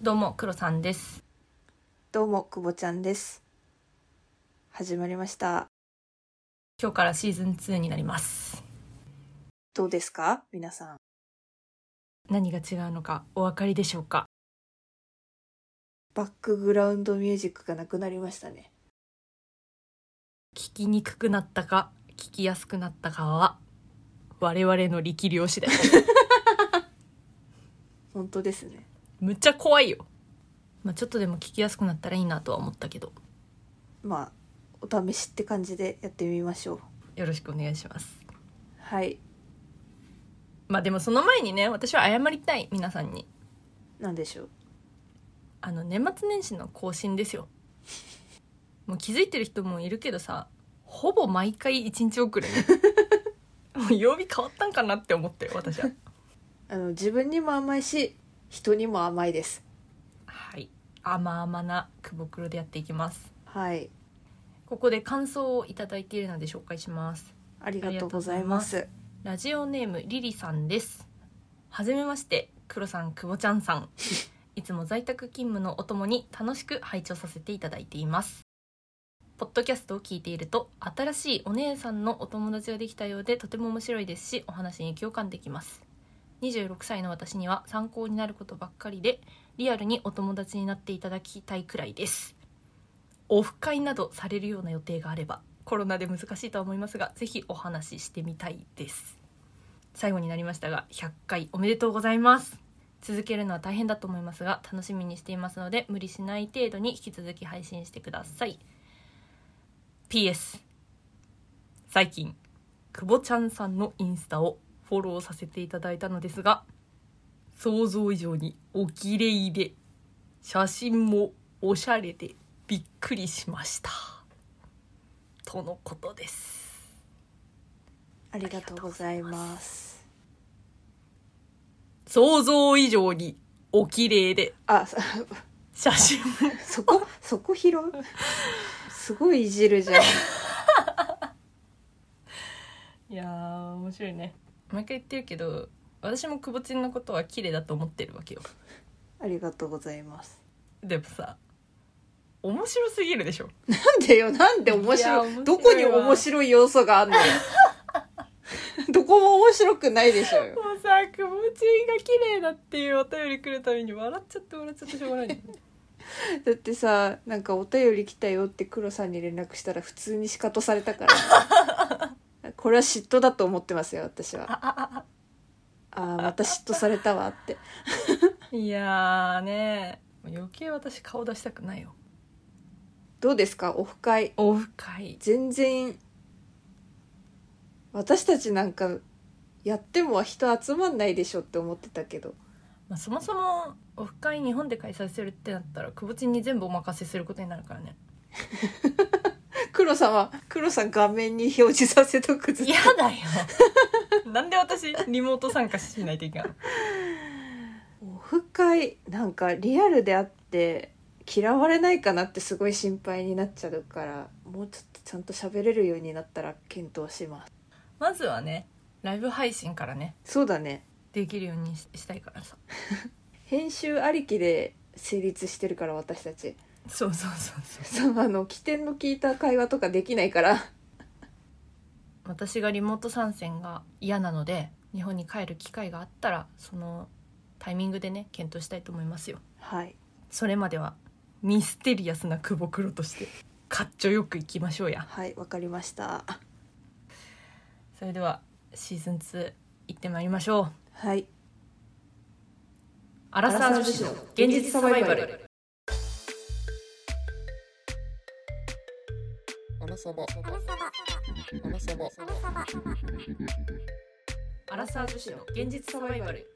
どうも、黒さんです。どうも、くぼちゃんです。始まりました。今日からシーズン2になります。どうですか皆さん。何が違うのかお分かりでしょうかバックグラウンドミュージックがなくなりましたね。聞きにくくなったか、聞きやすくなったかは、我々の力量次第。本当ですね。むっちゃ怖いよ。まあちょっとでも聞きやすくなったらいいなとは思ったけど、まあ、お試しって感じでやってみましょう。よろしくお願いします。はい。まあでもその前にね、私は謝りたい、皆さんに。なんでしょう。あの、年末年始の更新ですよ。もう気づいてる人もいるけどさ、ほぼ毎回1日遅れね。 もう曜日変わったんかなって思ったよ、私は。あの、自分にも甘いし、人にも甘いです。はい、甘々なくぼくろでやっていきます。はい。ここで感想をいただいているので紹介します。ありがとうございます。ラジオネームリリさんです。はじめまして、黒さん、くぼちゃんさん。いつも在宅勤務のお供に楽しく拝聴させていただいています。ポッドキャストを聞いていると、新しいお姉さんのお友達ができたようでとても面白いですし、お話に共感できます。26歳の私には参考になることばっかりで、リアルにお友達になっていただきたいくらいです。オフ会などされるような予定があればコロナで難しいとは思いますがぜひお話ししてみたいです最後になりましたが100回おめでとうございます続けるのは大変だと思いますが楽しみにしていますので無理しない程度に引き続き配信してください PS 最近くぼちゃんさんのインスタをフォローさせていただいたのですが想像以上におきれいで写真もおしゃれでびっくりしましたとのことですありがとうございます。想像以上にお綺麗であ、そ 写真もそこ、 そこ拾うすごいいじるじゃん。いやー面白いね毎回言ってるけど私もくぼちんのことは綺麗だと思ってるわけよありがとうございます。でもさ面白すぎるでしょなんでよなんで面いや白い面白いわどこに面白い要素があ んのよどこも面白くないでしょうよもうさくぼちんが綺麗だっていうお便り来るたびに笑っちゃって笑っちゃってしょうがないだってさなんかお便り来たよって黒さんに連絡したら普通に仕方されたから これは嫉妬だと思ってますよ私は あああまた嫉妬されたわってあいやーね余計私顔出したくないよどうですかオフ会オフ会全然私たちなんかやっても人集まんないでしょって思ってたけどまあ、そもそもオフ会日本で開催するってなったらくぼちんに全部お任せすることになるから ね黒さんは黒さん画面に表示させとくずっと嫌だよ なんで私リモート参加しないといけないのオフ会なんかリアルであって嫌われないかなってすごい心配になっちゃうからもうちょっとちゃんと喋れるようになったら検討します まずはねライブ配信からねそうだねできるようにししたいからさ編集ありきで成立してるから私たちそうそうそうそうそのあの起点の効いた会話とかできないから私がリモート参戦が嫌なので日本に帰る機会があったらそのタイミングでね検討したいと思いますよはいそれまではミステリアスな久保黒としてかっちょよくいきましょうやはいわかりましたそれではシーズン2行ってまいりましょうはいアラサー女子の現実サバイバルアラサバ。アラサバ。アラサー女子の現実サバイバル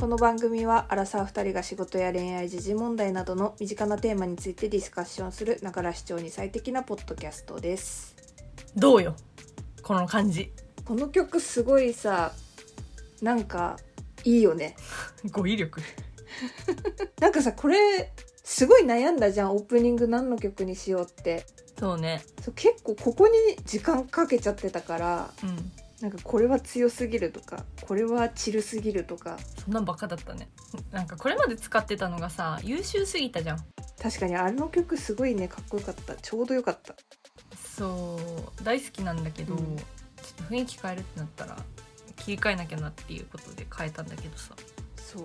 この番組はアラサー2人が仕事や恋愛時事問題などの身近なテーマについてディスカッションするながら視聴に最適なポッドキャストですどうよこの感じこの曲すごいさなんかいいよね語彙力なんかさこれすごい悩んだじゃんオープニング何の曲にしようってそうねそう結構ここに時間かけちゃってたからうんなんかこれは強すぎるとかこれはチルすぎるとかそんなんばっかだったねなんかこれまで使ってたのがさ優秀すぎたじゃん確かにあの曲すごいねかっこよかったちょうどよかったそう大好きなんだけど、うんちょっと雰囲気変えるってなったら切り替えなきゃなっていうことで変えたんだけどさそう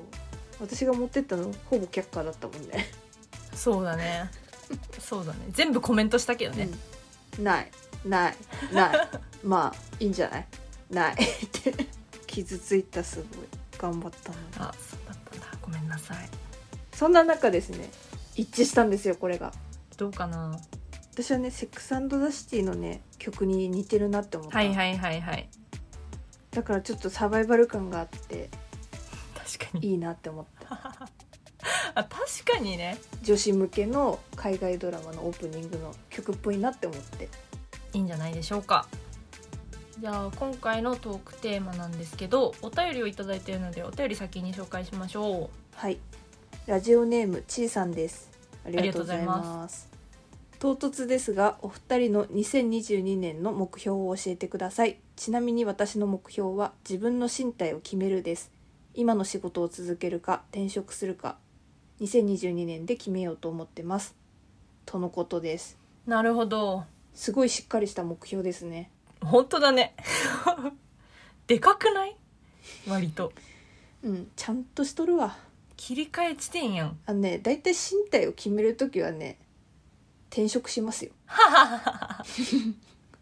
私が持ってったのほぼ却下だったもんねそうだねそうだね全部コメントしたけどね、うんないないない まあいいんじゃないないって傷ついたすごい頑張ったのにあそうだったんだごめんなさいそんな中ですね一致したんですよこれがどうかな私はねセックスザシティのね曲に似てるなって思った、はいはいはいはいだからちょっとサバイバル感があって確かにいいなって思った あ確かにね女子向けの海外ドラマのオープニングの曲っぽいなって思っていいんじゃないでしょうかじゃあ今回のトークテーマなんですけどお便りをいただいているのでお便り先に紹介しましょはいラジオネームちーさんですありがとうございありがとうござます唐突ですがお二人の2022年の目標を教えてくださいちなみに私の目標は自分の身体を決めるです今の仕事を続けるか転職するか2022年で決めようと思ってますとのことですうなるほどすごいしっかりした目標ですね本当だね でかくない割とうんちゃんとしとるわ切り替え地点やんあのね大体身体を決める時はね転職しますよ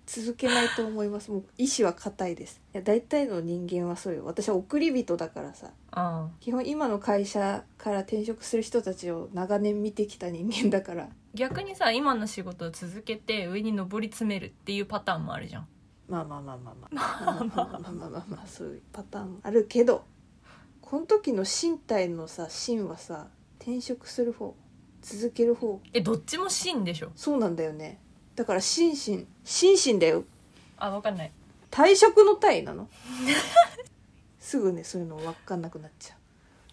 続けないと思いますもう意志は固いですいや大体の人間はそうよ私は送り人だからさああ基本今の会社から転職する人たちを長年見てきた人間だから逆にさ今の仕事を続けて上に上り詰めるっていうパターンもあるじゃんまあまあまあまあまあまあまあまあまあまあまあそういうパターンもあるけどこの時の身体のさ芯はさ転職する方続ける方えどっちも真でしょそうなんだよねだから心身心身だよあわかんない退職の体 なのすぐねそういうの分かんなくなっちゃ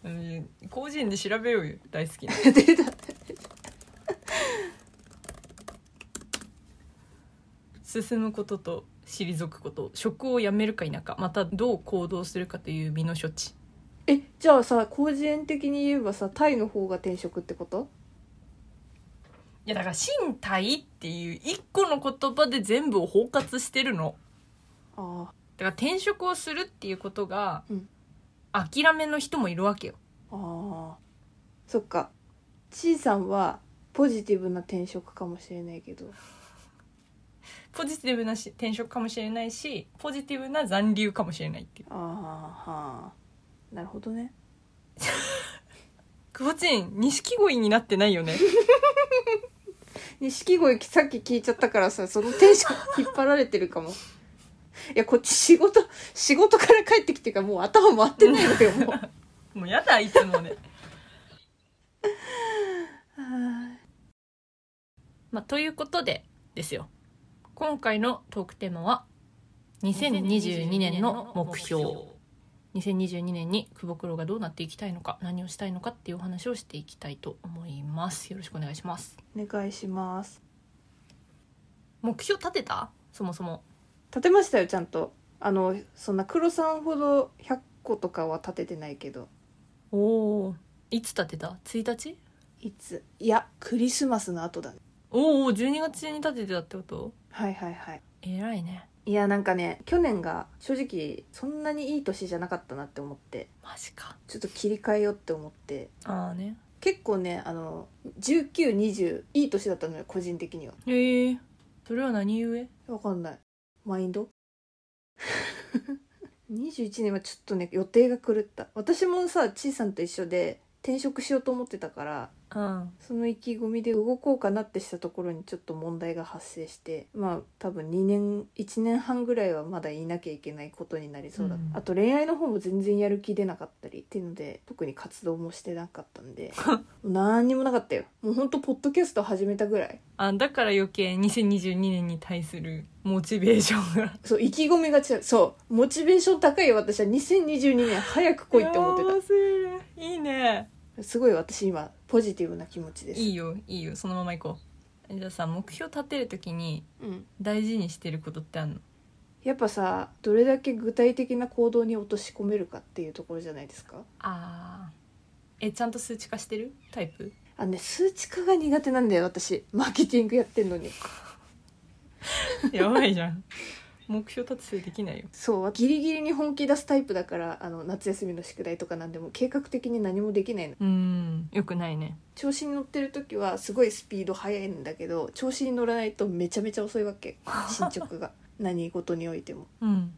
ううん個人で調べようよ大好き な出た進むことと退くこと職を辞めるか否かまたどう行動するかという身の処置えじゃあさ広辞苑的に言えばさタイの方が転職ってこといやだから身体っていう一個の言葉で全部を包括してるのあだから転職をするっていうことが、うん諦めの人もいるわけよああーそっかちいさんはポジティブな転職かもしれないけどポジティブなし転職かもしれないしポジティブな残留かもしれないっていうああはあなるほどね久保ちん錦鯉になってないよね 錦鯉さっき聞いちゃったからさその転職引っ張られてるかもいやこっち仕事仕事から帰ってきてからもう頭回ってないのよもうはもうやだいつもね、あまあ、ということでですよ今回のトークテーマは2022年の目標2022年に久保黒がどうなっていきたいのか何をしたいのかっていうお話をしていきたいと思いますよろしくお願いします お願いします目標立てたそもそも立てましたよちゃんとあのそんな黒さんほど100個とかは立ててないけどおおいつ立てた1日いついやクリスマスの後だねおお12月中に立ててたってことはいはいはい偉いねいやなんかね去年が正直そんなにいい年じゃなかったなって思ってマジかちょっと切り替えようって思ってああね結構ねあの1920いい年だったのよ個人的にはええそれは何故わかんないマインド 21年はちょっとね予定が狂った私もさちいさんと一緒で転職しようと思ってたからうんその意気込みで動こうかなってしたところにちょっと問題が発生してまあ多分2年1年半ぐらいはまだいなきゃいけないことになりそうだ、うんあと恋愛の方も全然やる気出なかったりっていうので特に活動もしてなかったんで何にもなかったよもうほんとポッドキャスト始めたぐらいあだから余計2022年に対するモチベーション がそう意気込みが違うそうモチベーション高い私は2022年早く来いって思って幸せいいねたすごい私今ポジティブな気持ちですいいよいいよそのまま行こうじゃあさ目標立てるときにうん大事にしてることってあんのいやっぱさどれだけ具体的な行動に落とし込めるかっていうところじゃないですかあーえちゃんと数値化してるタイプあのね数値化が苦手なんだよ私マーケティングやってんのに やばいじゃん 目標達成できないよそうギリギリに本気出すタイプだからあの夏休みの宿題とかなんでも計画的に何もできないのうんよくないね調子に乗ってる時はすごいスピード速いんだけど調子に乗らないとめちゃめちゃ遅いわけ進 捗が何事においてもうん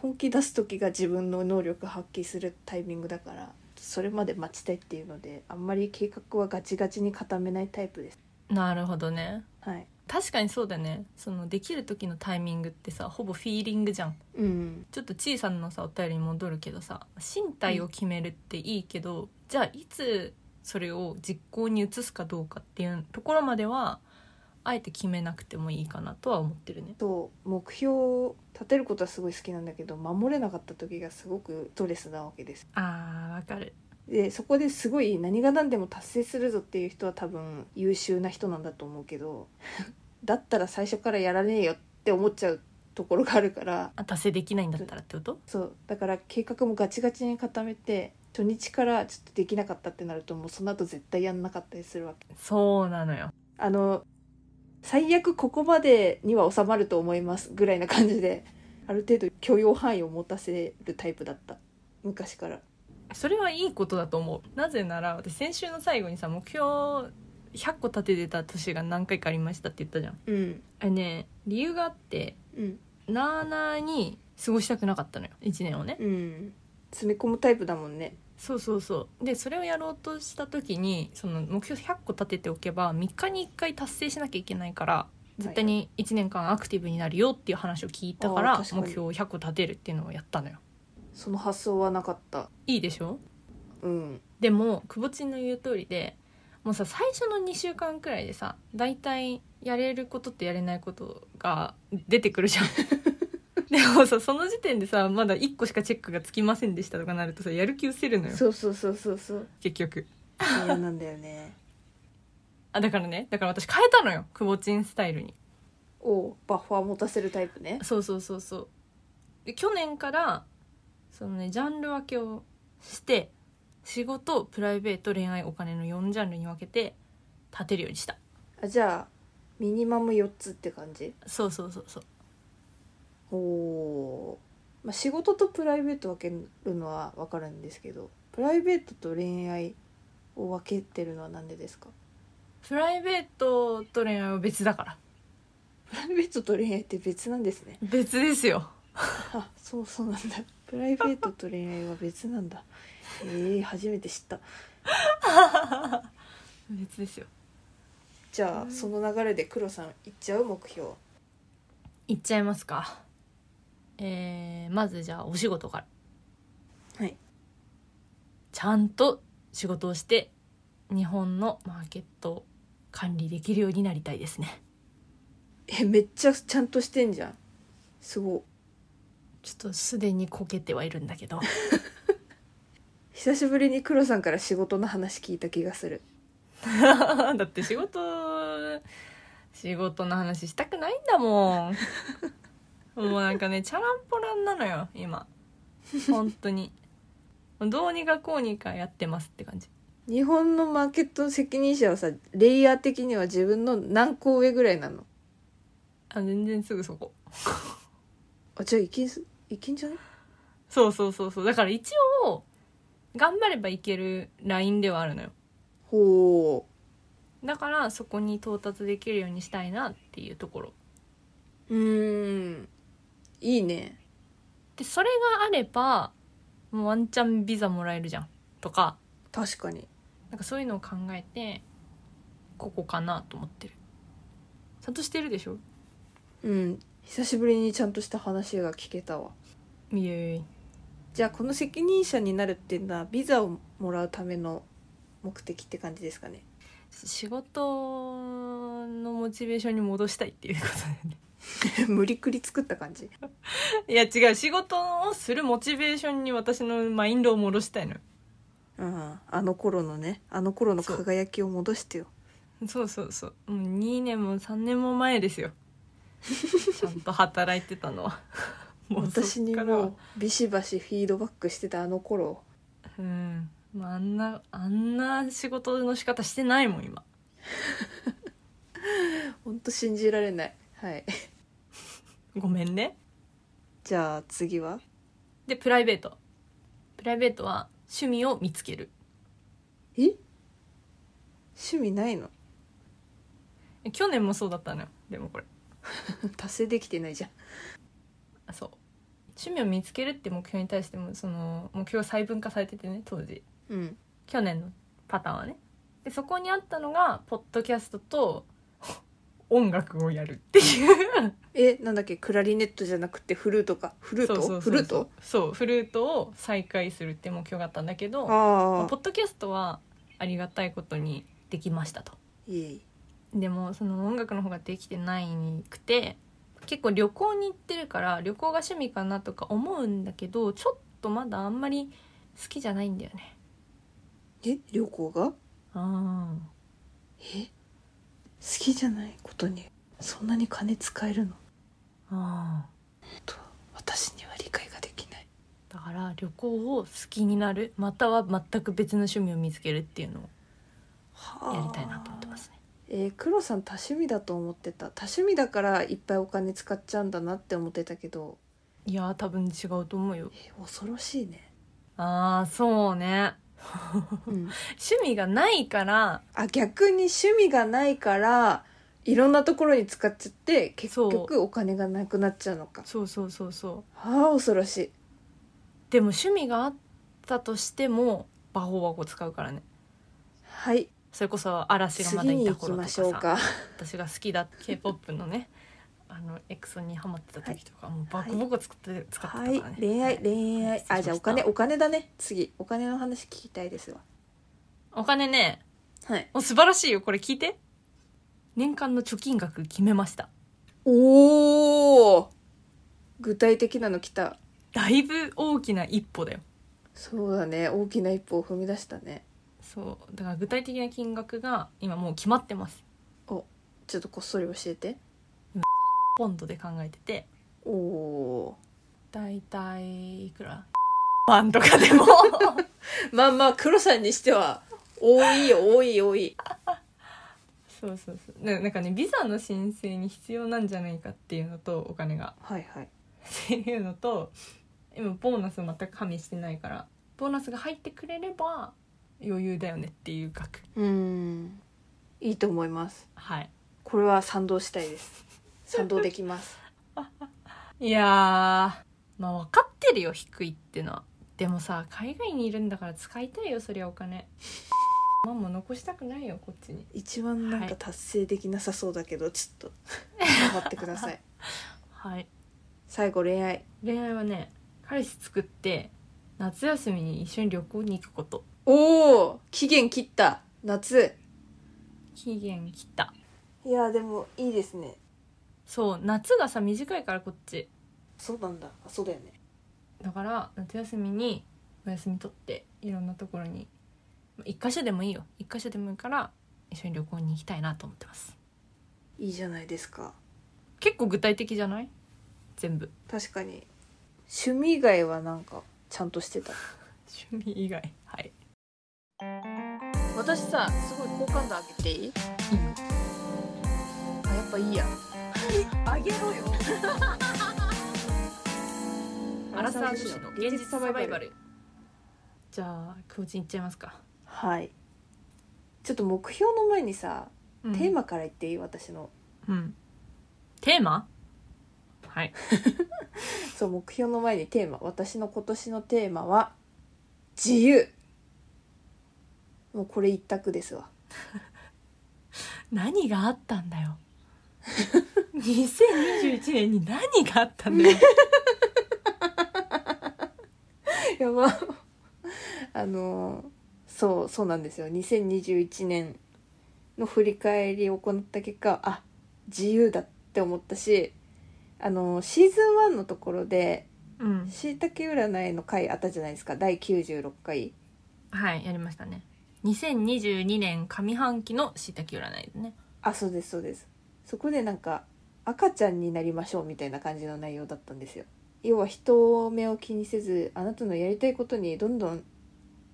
本気出す時が自分の能力発揮するタイミングだからそれまで待ちたいっていうのであんまり計画はガチガチに固めないタイプですなるほどねはい確かにそうだねそのできる時のタイミングってさほぼフィーリングじゃんうんちょっと小さなのさお便りに戻るけどさ身体を決めるっていいけど、じゃあいつそれを実行に移すかどうかっていうところまではあえて決めなくてもいいかなとは思ってるねそう目標を立てることはすごい好きなんだけど守れなかった時がすごくストレスなわけですあーわかるでそこですごい何が何でも達成するぞっていう人は多分優秀な人なんだと思うけど だったら最初からやらねえよって思っちゃうところがあるからあ達成できないんだったらってことそうだから計画もガチガチに固めて初日からちょっとできなかったってなるともうその後絶対やんなかったりするわけそうなのよあの最悪ここまでには収まると思いますぐらいな感じである程度許容範囲を持たせるタイプだった昔からそれはいいことだと思うなぜなら私先週の最後にさ目標100個立ててた年が何回かありましたって言ったじゃんうんあれね理由があってうんなあなあに過ごしたくなかったのよ1年をねうん詰め込むタイプだもんねそうそうそうでそれをやろうとした時にその目標100個立てておけば3日に1回達成しなきゃいけないから絶対に1年間アクティブになるよっていう話を聞いたかあらー目確かに標を100個立てるっていうのをやったのよその発想はなかったいいでしょうんでもくぼちんの言う通りでもうさ最初の2週間くらいでさ大体やれることとやれないことが出てくるじゃん。 でもさその時点でさまだ1個しかチェックがつきませんでしたとかなるとさやる気失せるのよそうそうそうそ うそう結局嫌なんだよねあだからねだから私変えたのよくぼちんスタイルにをバッファー持たせるタイプねそうそうそうそうで去年からそのねジャンル分けをして仕事プライベート恋愛お金の4ジャンルに分けて立てるようにしたあじゃあミニマム4つって感じそうそうそうそうおおー、まあ、仕事とプライベート分けるのは分かるんですけどプライベートと恋愛を分けてるのはなんでですかプライベートと恋愛は別だからプライベートと恋愛って別なんですね別ですよあそうそうなんだプライベートと恋愛は別なんだえー、初めて知った別ですよじゃあその流れで黒さんいっちゃう目標いっちゃいますかえー、まずじゃあお仕事からはいちゃんと仕事をして日本のマーケットを管理できるようになりたいですねえめっちゃちゃんとしてんじゃんすごいちょっとすでにこけてはいるんだけど久しぶりに黒さんから仕事の話聞いた気がする だって仕事仕事の話したくないんだもんもうなんかねチャランポランなのよ今本当にどうにかこうにかやってますって感じ日本のマーケットの責任者はさレイヤー的には自分の何個上ぐらいなのあ全然すぐそこあじゃあいけんすいけんじゃねそうそうそうそうだから一応頑張ればいけるラインではあるのよほだからそこに到達できるようにしたいなっていうところううーんいいねでそれがあればもうワンチャンビザもらえるじゃんとか確かになんかそういうのを考えてここかなと思ってるちゃんとしてるでしょうん久しぶりにちゃんとした話が聞けたわいえいえじゃあこの責任者になるっていうのはビザをもらうための目的って感じですかね 仕事のモチベーションに戻したいっていうことだよね無理くり作った感じ いや違う仕事をするモチベーションに私のマインドを戻したいのようんあの頃のねあの頃のそう輝きを戻してよそうそうそうもう2年も3年も前ですよ ちゃんと働いてたのはもうそっ私にからはもうビシバシフィードバックしてたあの頃うん、まあ、あんなあんな仕事の仕方してないもん今ほんと信じられないはいごめんね じゃあ次はでプライベートプライベートは趣味を見つけるえ趣味ないのえ去年もそうだったのよでもこれ達成できてないじゃんあそう趣味を見つけるって目標に対してもその目標が細分化されててね当時うん去年のパターンはねでそこにあったのがポッドキャストと音楽をやるっていうえなんだっけクラリネットじゃなくてフルートかフルートそうそうそうフルートそうフルートを再開するって目標があったんだけどまああポあッドキャストはありがたいことにできましたといえいでもその音楽の方ができてないくて結構旅行に行ってるから旅行が趣味かなとか思うんだけどちょっとまだあんまり好きじゃないんだよねえ旅行があえ好きじゃないことにそんなに金使えるのーあと私には理解ができないーだから旅行を好きになるまたは全く別の趣味を見つけるっていうのをやりたいなと思ってますねえー、黒さん多趣味だと思ってた多趣味だからいっぱいお金使っちゃうんだなって思ってたけど、いやー多分違うと思うよえー恐ろしいね、ああそうねうん、趣味がないからあ逆に趣味がないからいろんなところに使っちゃって結そ局お金がなくなっちゃうのかそうそうそうそうああ恐ろしいでも趣味があったとしてもバホバホ使うからねはいそれこそ嵐がまだ次いにた行き頃とまかしょうさか私が好きだ k p o p の ねあのエクソにハマってた時とか、もうバコバコ使って、使ってたはからねい、恋愛恋愛あじゃあお金おお金だね次お金の話聞きたいですわお金ねはいもう素晴らしいよこれ聞いて年間の貯金額決めましたおお具体的なの来ただいぶ大きな一歩だよそうだね大きな一歩を踏み出したねそうだから具体的な金額が今もう決まってますちょっとこっそり教えてポンドで考えてておおだいたいいくら万とかで もまあまあ黒さんにしては多いよ多い多いそうそうそうななんかねビザの申請に必要なんじゃないかっていうのとお金がはいはいっていうのと今ボーナス全く加味してないからボーナスが入ってくれれば余裕だよねっていう額うーんいいと思いますはいこれは賛同したいです賛同できますいやーまあ分かってるよ低いってのはでもさ海外にいるんだから使いたいよそりゃお金まあもう残したくないよこっちに 一番なんはかい達成できなさそうだけど、ち ょっと頑張ってくださいはい 最後恋愛恋愛はね彼氏作って夏休みに一緒に旅行に行くことおお期限切った夏期限切ったいやでもいいですねそう夏がさ短いからこっちそうなんだあそうだよねだから夏休みにお休み取っていろんなところにまあ一箇所でもいいよ一箇所でもいいから一緒に旅行に行きたいなと思ってますいいじゃないですか結構具体的じゃない全部確かに趣味以外はなんかちゃんとしてた趣味以外はい私さすごい好感度上げていいいいよあやっぱいいやあげろよ アラサー女子の現実サバイバルじゃあクオチンいっちゃいますか、はいちょっと目標の前にさ、うんテーマから言っていい私のうんテーマはいそう目標の前にテーマ私の今年のテーマは自由もうこれ一択ですわ 何があったんだ よ2021年に何があったんだよやば あのそうそうなんですよ2021年の振り返りを行った結果あ自由だって思ったしあのシーズン1のところでうんしいたけ占いの回あったじゃないですか第96回はいやりましたね2022年上半期のしいたけ占いですねあそうですそうですそこでなんか赤ちゃんになりましょうみたいな感じの内容だったんですよ要は人目を気にせずあなたのやりたいことにどんどん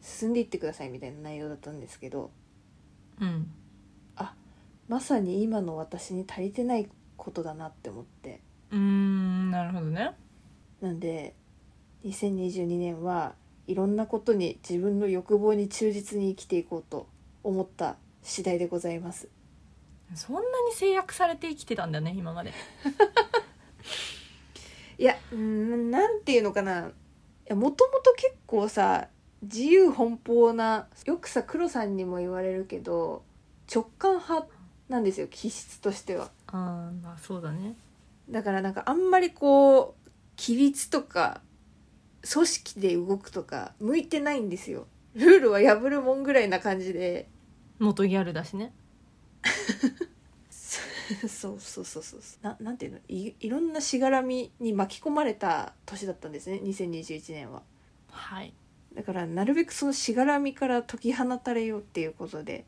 進んでいってくださいみたいな内容だったんですけどうんまさに今の私に足りてないことだなって思ってうーんなるほどねなんで2022年はいろんなことに自分の欲望に忠実に生きていこうと思った次第でございますそんなに制約されて生きてたんだね今までいやうーんなんていうのかないやもともと結構さ自由奔放なよくさ黒さんにも言われるけど直感派なんですよ気質としてはああまあそうだねだからなんかあんまりこう規律とか組織で動くとか向いてないんですよルールは破るもんぐらいな感じで元ギャルだしね そうそうそうそうななんていうのいいろんなしがらみに巻き込まれた年だったんですね2021年ははいだからなるべくそのしがらみから解き放たれようっていうことで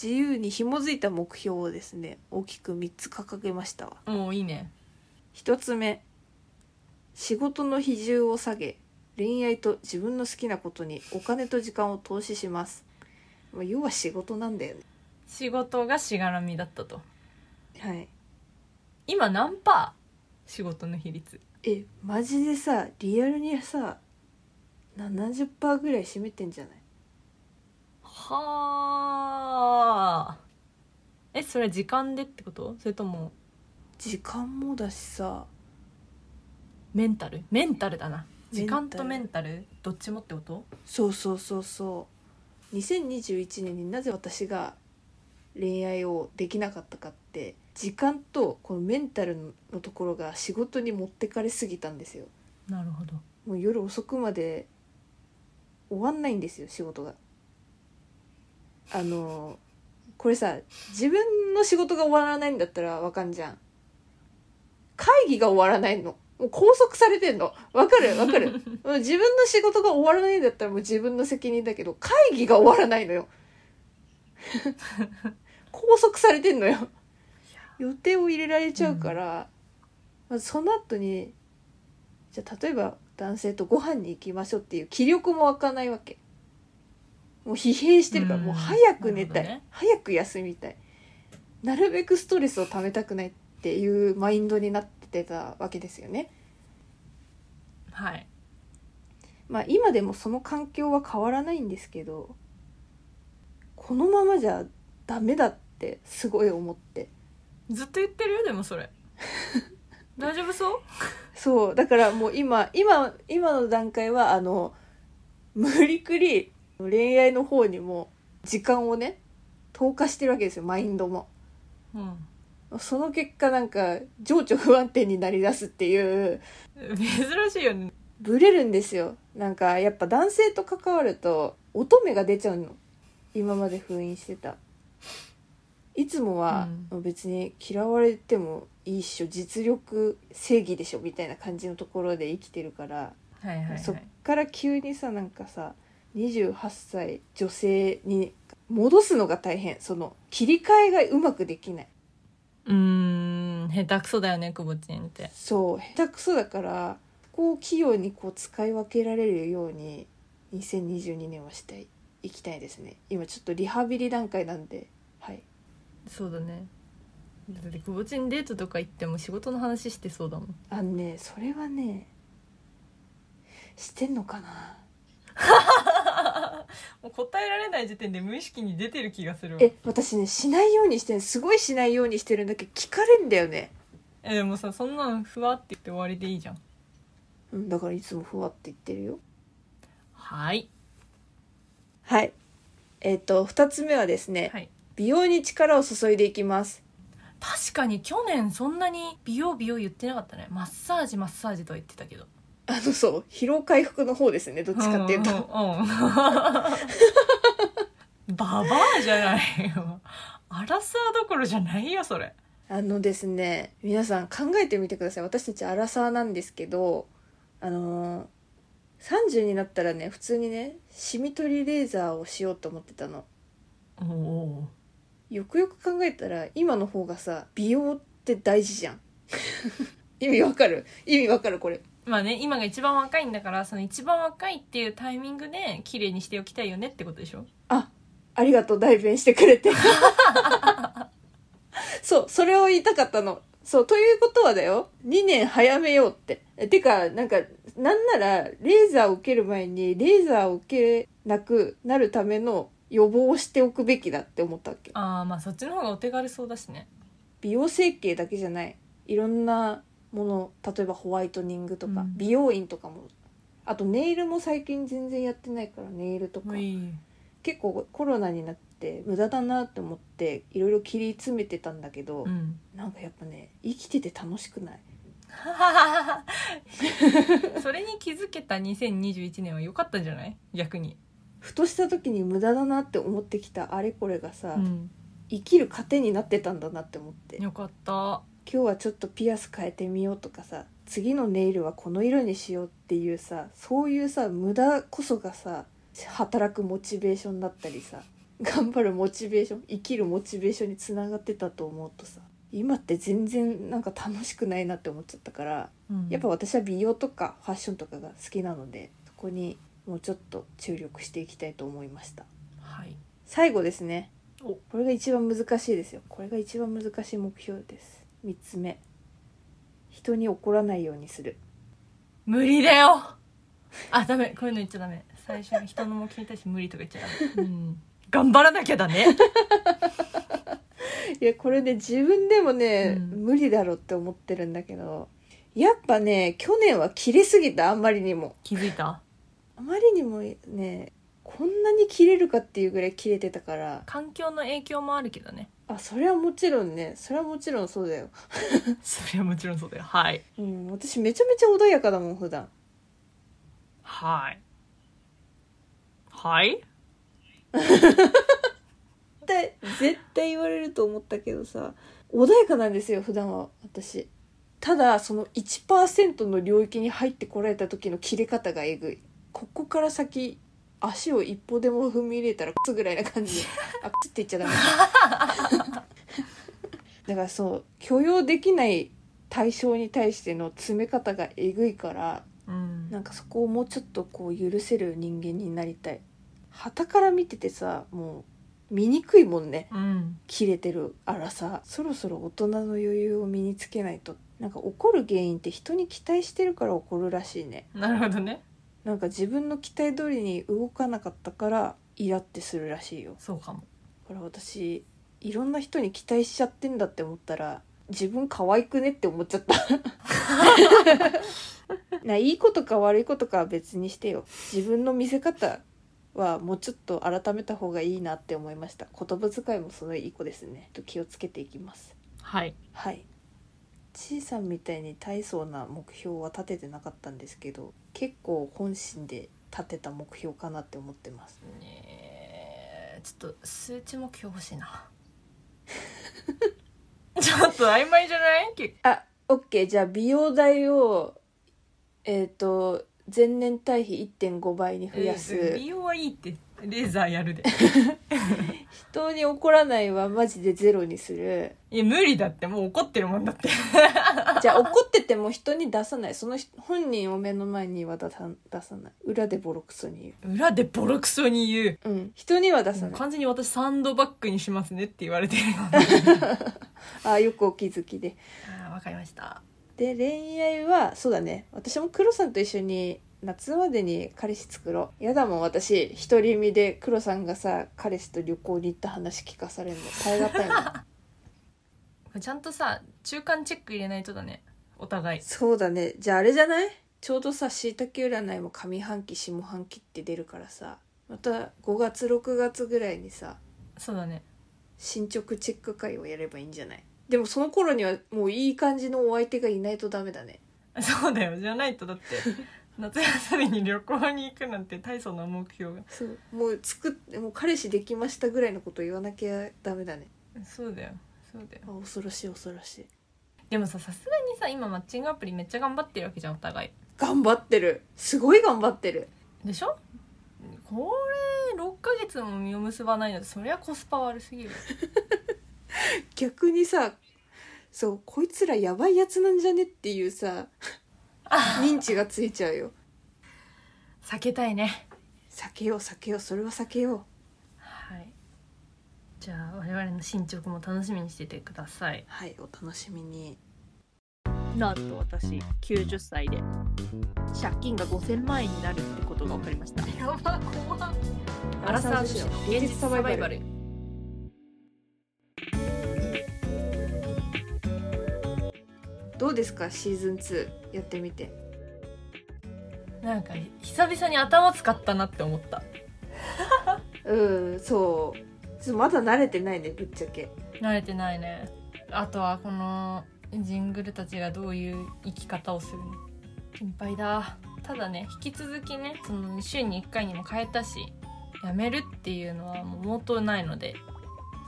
自由に紐づいた目標をですね大きく3つ掲げましたわもういいね1つ目仕事の比重を下げ恋愛と自分の好きなことにお金と時間を投資しますまあ要は仕事なんだよね仕事がしがらみだったとはい今何パー仕事の比率えマジでさリアルにさ70%ぐらい占めてんじゃないはあえそれ時間でってことそれとも時間もだしさメンタルメンタルだなメ時ンタル間とメンタルどっちもってことそうそうそうそう2021年になぜ私が恋愛をできなかったかって時間とこのメンタルのところが仕事に持ってかれすぎたんですよなるほどもう夜遅くまで終わんないんですよ仕事があのこれさ自分の仕事が終わらないんだったらわかんじゃん会議が終わらないのもう拘束されてんのわかるわかるもう自分の仕事が終わらないんだったらもう自分の責任だけど会議が終わらないのよ拘束されてんのよ予定を入れられちゃうから、まずその後にじゃあ例えば男性とご飯に行きましょうっていう気力も湧かないわけもう疲弊してるからうんもう早く寝たい、なるほどね早く休みたいなるべくストレスをためたくないっていうマインドになってたわけですよねはいまあ今でもその環境は変わらないんですけどこのままじゃダメだってすごい思ってずっと言ってるよでもそ れ大丈夫そうそうだからもう今今今の段階はあの無理くり恋愛の方にも時間をね投下してるわけですよマインドもうんその結果なんか情緒不安定になりだすっていう珍しいよねブレるんですよなんかやっぱ男性と関わると乙女が出ちゃうの今まで封印してたいつもは別に嫌われてもいいっしょ実力正義でしょみたいな感じのところで生きてるからはいはいはいそっから急にさなんかさ28歳女性に戻すのが大変その切り替えがうまくできないうーん下手くそだよねくぼちんってそう下手くそだからこう器用にこう使い分けられるように2022年はしたい行きたいですね今ちょっとリハビリ段階なんではいそうだねだってくぼちんデートとか行っても仕事の話してそうだもんあのねそれはねしてんのかな もう答えられない時点で無意識に出てる気がするわえ私ねしないようにしてんすごいしないようにしてるんだけど聞かれんだよねえでもさそんなのふわって言って終わりでいいじゃんうんだからいつもふわって言ってるよはいはいえっ、と2つ目はですね、はい美容に力を注いでいきます確かに去年そんなに美容美容言ってなかったねマッサージマッサージとは言ってたけどあのそう疲労回復の方ですねどっちかっていうと、んんうん ババアじゃないよアラサーどころじゃないよそれあのですね皆さん考えてみてください私たちアラサーなんですけどあのー30になったらね普通にねシミ取りレーザーをしようと思ってたのおおよくよく考えたら今の方がさ美容って大事じゃん 意味わかる意味わかるこれまあね今が一番若いんだからその一番若いっていうタイミングで綺麗にしておきたいよねってことでしょあありがとう代弁してくれて そうそれを言いたかったのそうということはだよ2年早めようってえてかなんかなんならレーザーを受ける前にレーザーを受けなくなるための予防をしておくべきだって思ったわけああまあそっちの方がお手軽そうだしね美容整形だけじゃないいろんなもの例えばホワイトニングとか、うん美容院とかもあとネイルも最近全然やってないからネイルとかうい結構コロナになって無駄だなって思っていろいろ切り詰めてたんだけど、うん なんかやっぱね生きてて楽しくないそれに気づけた2021年は良かったんじゃない逆に、ふとした時に無駄だなって思ってきたあれこれがさ、うん、生きる糧になってたんだなって思って今よかった日はちょっとピアス変えてみようとかさ次のネイルはこの色にしようっていうさそういうさ無駄こそがさ働くモチベーションだったりさ頑張るモチベーション生きるモチベーションにつながってたと思うとさ今って全然なんか楽しくないなって思っちゃったからうんやっぱ私は美容とかファッションとかが好きなのでそこにもうちょっと注力していきたいと思いましたはい最後ですねおこれが一番難しいですよこれが一番難しい目標です3つ目人に怒らないようにする無理だよあダメこういうの言っちゃダメ最初に人の目標に対して無理とか言っちゃダメ、うん、頑張らなきゃだねいやこれね自分でもね、うん無理だろうって思ってるんだけどやっぱね去年は切れすぎたあんまりにも気づいたあまりにもねこんなに切れるかっていうぐらい切れてたから環境の影響もあるけどねあそれはもちろんねそれはもちろんそうだよそれはもちろんそうだよはいうん、私めちゃめちゃ穏やかだもん普段はいはい絶対絶対言われると思ったけどさ穏やかなんですよ普段は私ただその1%の領域に入ってこられた時の切れ方がえぐいここから先足を一歩でも踏み入れたらクスぐらいな感じであクスって言っちゃダメ だだからそう許容できない対象に対しての詰め方がえぐいからうんなんかそこをもうちょっとこう許せる人間になりたい旗から見ててさもう見にくいもんねうん切れてるらさそろそろ大人の余裕を身につけないとなんか怒る原因って人に期待してるから怒るらしいねなるほどねなんか自分の期待通りに動かなかったからイラってするらしいよそうかもこれ私いろんな人に期待しちゃってんだって思ったら自分可愛くねって思っちゃったないいことか悪いことかは別にしてよ自分の見せ方はもうちょっと改めた方がいいなって思いました言葉遣いもそのいい子ですねちょっと気をつけていきますはいはいちいさんみたいに大層な目標は立ててなかったんですけど結構本心で立てた目標かなって思ってますねえちょっと数値目標欲しいな ちょっと曖昧じゃない結あ、オッケー。じゃあ美容代をえっ、と前年対比1.5倍に増やうんす。美容はいいってレーザーやるで人に怒らないはマジでゼロにする。いや無理だってもう怒ってるもんだってじゃあ怒ってても人に出さない。その人本人を目の前には出さ出さない。裏でボロクソに裏でボロクソに言う言う。うん。人には出さもうない。完全に私サンドバッグにしますねって言われてる よあーよくお気づきで。あーわかりましたで恋愛はそうだね。私も黒さんと一緒に。夏までに彼氏作ろうやだもん私独り身で黒さんがさ彼氏と旅行に行った話聞かされるの耐え難いもんちゃんとさ中間チェック入れないとだねお互いそうだねじゃああれじゃないちょうどさしいたけ占いも上半期下半期って出るからさまた5月6月ぐらいにさそうだね進捗チェック会をやればいいんじゃないでもその頃にはもういい感じのお相手がいないとダメだねそうだよじゃない とだって夏休みに旅行に行くなんて大層な目標がそうもう作ってもう彼氏できましたぐらいのこと言わなきゃダメだねそうだよそうだよあ恐ろしい恐ろしいでもささすがにさ今マッチングアプリめっちゃ頑張ってるわけじゃんお互い頑張ってるすごい頑張ってるでしょこれ6ヶ月も実を結ばないのでそりゃコスパ悪すぎる逆にさそうこいつらやばいやつなんじゃねっていうさ認知がついちゃうよ避けたいね避けよう避けようそれは避けようはいじゃあ我々の進捗も楽しみにしててくださいはいお楽しみになんと私90歳で借金が5000万円になるってことが分かりましたやば怖アラサー女子の現実サバイバルどうですかシーズン2やってみてなんか久々に頭使ったなって思ったうんそうちょっとまだ慣れてないねぶっちゃけ慣れてないねあとはこのジングルたちがどういう生き方をするの心配だただね引き続きねその週に1回にも変えたしやめるっていうのはもう毛頭ないので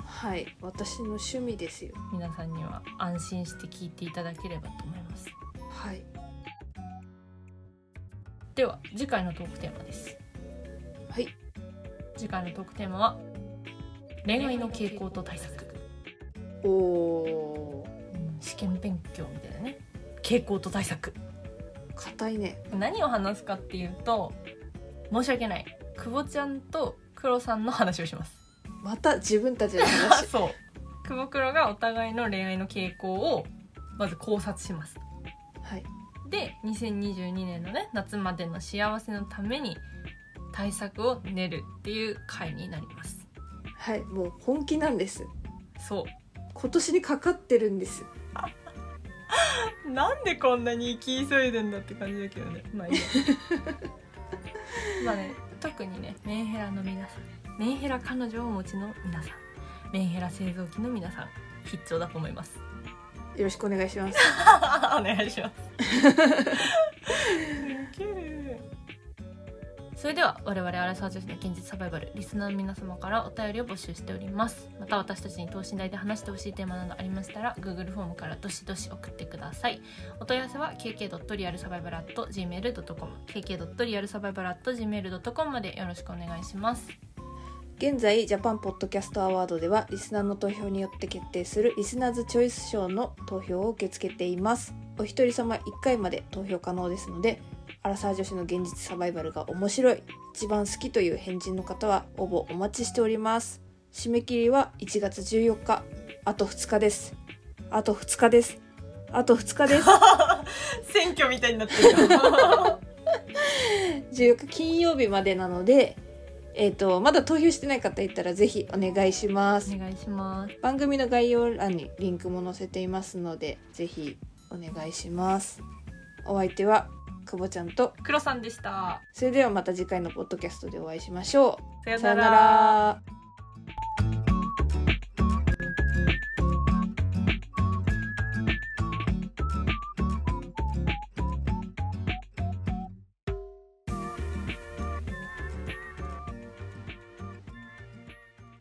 はい私の趣味ですよ皆さんには安心して聞いていただければと思いますはいでは次回のトークテーマですはい次回のトークテーマは恋愛の傾向と対策、おおうん試験勉強みたいなね傾向と対策ー硬いね何を話すかっていうと申し訳ない久保ちゃんとクロさんの話をしますまた自分たちのあ話 そう 久保クロがお互いの恋愛の傾向をまず考察しますはいで2022年のね夏までの幸せのために対策を練るっていう回になりますはいもう本気なんですそ今年にかかってるんですうなんでこんなに生き急いでんだって感じだけどねまあいいや まあね特にねメンヘラの皆さんメンヘラ彼女をお持ちの皆さんメンヘラ製造機の皆さん必聴だと思いますよろしくお願いします お願いしますウケるそれでは我々アラサー女子の現実サバイバルリスナーの皆様からお便りを募集しておりますまた私たちに等身大で話してほしいテーマなどありましたら Google フォームからどしどし送ってくださいお問い合わせは kk.realsurvival.gmail.com kk.realsurvival.gmail.com までよろしくお願いします現在ジャパンポッドキャストアワードではリスナーの投票によって決定するリスナーズチョイス賞の投票を受け付けていますお一人様1回まで投票可能ですのでアラサー女子の現実サバイバルが面白い一番好きという返事の方は応募お待ちしております締め切りは1月14日あと2日ですあと2日ですあと2日です選挙みたいになってるよ14日金曜日までなのでえっ、とまだ投票してない方いたらぜひお願いします お願いします番組の概要欄にリンクも載せていますのでぜひお願いしますお相手は久保ちゃんと黒さんでしたそれではまた次回のポッドキャストでお会いしましょさうよさよなならら